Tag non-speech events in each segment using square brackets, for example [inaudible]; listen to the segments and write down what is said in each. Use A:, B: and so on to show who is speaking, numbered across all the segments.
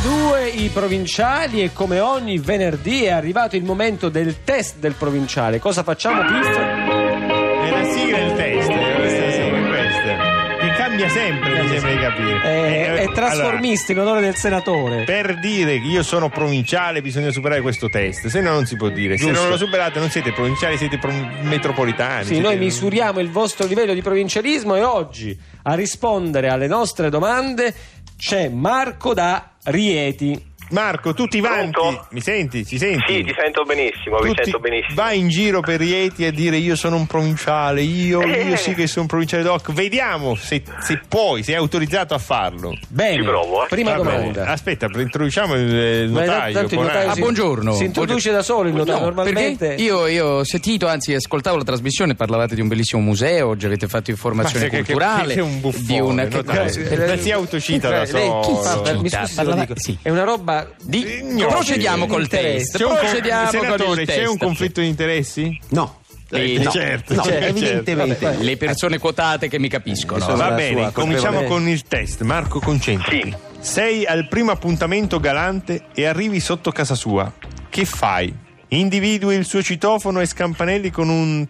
A: Consigli provinciali e come ogni venerdì è arrivato il momento del test del provinciale. Cosa facciamo, Piff?
B: È la sigla del test, eh, questa sigla, questa. Che cambia sempre, mi sembra di capire.
A: È,
B: Eh,
A: è
B: allora,
A: trasformisti in onore del senatore.
B: per dire che io sono provinciale bisogna superare questo test, se no non si può dire. Se
A: Giusto.
B: non lo superate non siete provinciali, siete pro- metropolitani.
A: Sì,
B: siete-
A: noi misuriamo il vostro livello di provincialismo e oggi a rispondere alle nostre domande c'è Marco da Rieti.
B: Marco, tu ti vanti.
C: Pronto?
B: Mi senti? Ti senti?
C: Sì, ti sento benissimo, vi
B: Tu ti-
C: sento benissimo.
B: Vai in giro per Rieti a dire io sono un provinciale, io, io
C: Eh.
B: sì che sono un provinciale doc. Vediamo se, se puoi, se è autorizzato a farlo.
A: Bene,
C: Ci provo, eh.
A: prima
B: Va bene. Ah,
A: domanda.
B: Aspetta, introduciamo il, il
A: Ma
B: notaio.
A: tanto il
B: Bonanno.
A: notaio
D: Ah,
A: si-
D: buongiorno.
A: Si introduce
D: Buongiorno.
A: da solo il notaio,
D: No,
A: normalmente.
D: perché io, io ho sentito, anzi ascoltavo la trasmissione, parlavate di un bellissimo museo, oggi avete fatto informazione
B: Ma se- che-
D: culturale.
B: che- che è un buffone,
D: di una- che-
B: notaio.
D: cosa-
B: Eh, la si autocita da
A: Lei- lei- chi
B: solo.
A: fa- Mi scusi, se lo
D: Parlava-
A: dico.
D: sì. Eh,
A: È una roba
D: di-
B: Gnocchi.
D: procediamo col test.
B: C'è un,
D: procediamo con
B: senatore,
D: il
B: c'è
D: test.
B: un conflitto di interessi?
E: No.
D: Eh, no.
B: certo,
E: No,
B: certo.
E: evidentemente.
D: Le persone quotate che mi capiscono.
B: Va
A: la
B: bene,
A: sua
B: cominciamo
A: colpevolezza.
B: con il test. Marco, concentrati.
C: Sì.
B: Sei al primo appuntamento galante e arrivi sotto casa sua. Che fai? Individui il suo citofono e scampanelli con un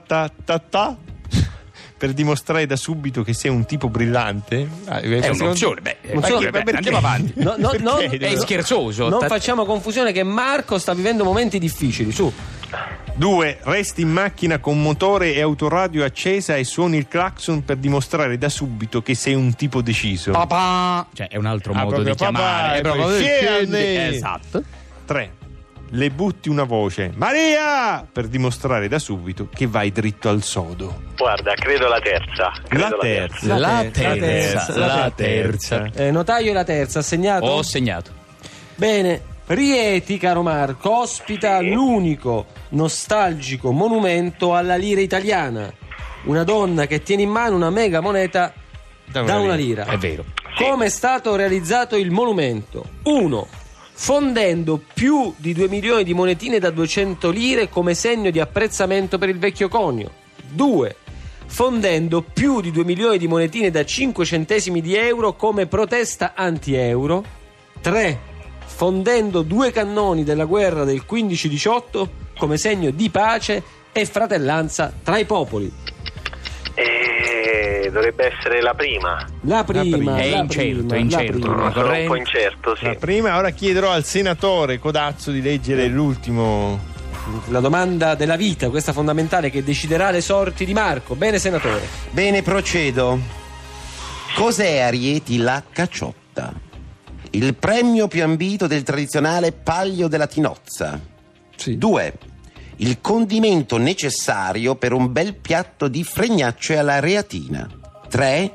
B: tattaratatatata per dimostrare da subito che sei un tipo brillante? Ah,
D: È
B: secondo-
D: un'opzione, beh,
B: Ma
D: perché-
B: chi- ma
D: beh,
B: perché?
D: andiamo avanti.
A: No, no,
B: Perché?
A: no,
B: Devo-
D: È scherzoso.
A: Non
D: Ta-
A: facciamo confusione che Marco sta vivendo momenti difficili, su.
B: 2. Resti in macchina con motore e autoradio accesa e suoni il clacson per dimostrare da subito che sei un tipo deciso.
D: Papà. Cioè, è un altro
B: Ah,
D: modo di
B: proprio papà,
D: chiamare.
B: e
D: È proprio-
B: poi scendi.
D: Eh, Esatto.
B: 3. Le butti una voce, Maria! per dimostrare da subito che vai dritto al sodo.
C: Guarda, credo la terza.
B: La
C: credo
B: terza.
D: La,
A: La
D: terza,
A: terza,
D: la terza.
A: Eh, notaio e la terza, ha segnato?
D: Ho segnato.
A: Bene. Rieti, caro Marco, ospita l'unico nostalgico monumento alla lira italiana. Una donna che tiene in mano una mega moneta da una, lira.
D: È vero.
C: Sì.
A: Come è stato realizzato il monumento? 1. Fondendo più di 2 milioni di monetine da 200 lire come segno di apprezzamento per il vecchio conio. 2. Fondendo più di 2 milioni di monetine da 5 centesimi di euro come protesta anti-euro. 3. Fondendo due cannoni della guerra del 15-18 come segno di pace e fratellanza tra i popoli.
C: Eh, dovrebbe essere la prima.
A: La prima,
D: È
A: la
D: incerto,
A: prima,
D: è
A: la
D: incerto.
A: prima.
C: Sono
D: Ma
C: un
D: corretto.
C: po' incerto,
B: La
C: sì.
B: prima, ora chiederò al senatore Codazzo di leggere l'ultimo.
A: La domanda della vita, questa fondamentale che deciderà le sorti di Marco. Bene, senatore.
E: Bene, procedo. Cos'è a Rieti la cacciotta? Il premio più ambito del tradizionale paglio della tinozza. 2. Il condimento necessario per un bel piatto di fregnacce alla reatina. 3.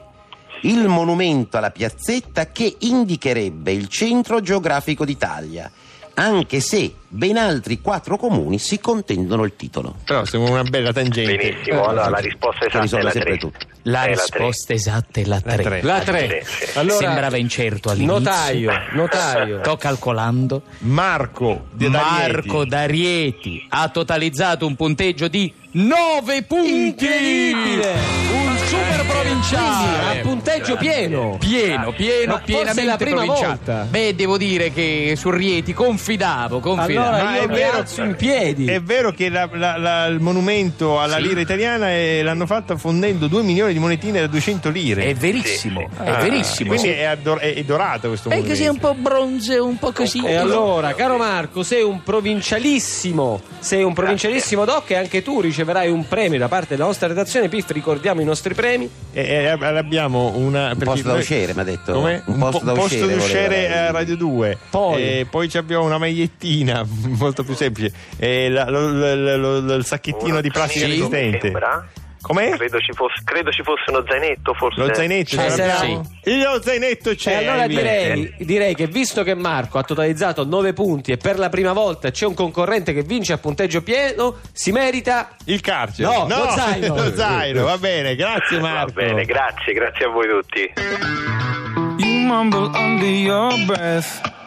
E: Il monumento alla piazzetta che indicherebbe il centro geografico d'Italia, anche se ben altri quattro comuni si contendono il titolo.
B: Però sembra una bella tangente.
C: Benissimo, allora la risposta esatta è
E: risolve
C: la
E: sempre
C: 3.
E: tutto.
D: La
C: è
D: risposta esatta è la
B: tre.
D: 3.
A: La
C: tre.
A: Allora,
D: Sembrava incerto all'inizio.
A: Notaio, notaio.
D: Sto calcolando.
B: Marco di
D: Marco D'Arieti ha totalizzato un punteggio di 9 punti.
A: Incredibile!
D: Un super
A: A
D: provinciale.
A: punteggio pieno.
D: Pieno, pieno,
A: Ma forse
D: pienamente
A: è la prima
D: provinciale.
A: volta.
D: Beh, devo dire che su Rieti confidavo, confidavo.
A: Allora
B: Ma
A: io
B: è
A: mi
B: vero-
A: alzo in piedi.
B: È vero che la- la- la- il monumento alla
D: Sì.
B: lira italiana eh, l'hanno fatta fondendo 2 milioni di monetine da 200 lire.
D: È verissimo, è
B: Ah,
D: verissimo.
B: Quindi è, addor- è- è dorato questo
D: È
B: monumento.
D: così un po' bronze, un po' così.
A: E allora, caro Marco, sei un provincialissimo, sei un provincialissimo doc e anche tu riceverai un premio da parte della nostra redazione. Piff, ricordiamo i nostri premi.
B: E- e ab- abbiamo una perché
E: posto da
B: noi-
E: usciere, mi ha detto.
B: Come?
E: Un
B: Un
E: posto
B: po-
E: da
B: posto
E: usciere
B: di uscire
E: voleva.
B: a Radio 2.
A: Poi?
B: Eh, poi ci abbiamo una magliettina [laughs] molto più semplice. E la- lo- lo- lo- lo- il sacchettino di plastica
D: sì.
B: resistente. Com'è?
C: Credo ci, fosse, credo ci fosse uno zainetto, forse.
B: Lo zainetto
A: Eh,
B: ce
A: se
B: l'abbiamo? Lo zainetto
A: E
B: c'è.
A: allora
B: Ivy.
A: direi, direi che visto che Marco ha totalizzato 9 punti e per la prima volta c'è un concorrente che vince a punteggio pieno, si merita
B: Il carcere.
A: No, lo zaino.
B: [laughs] lo zaino, va bene, grazie
C: Va
B: Marco.
C: bene, grazie, grazie a voi tutti.
F: You mumble under your breath.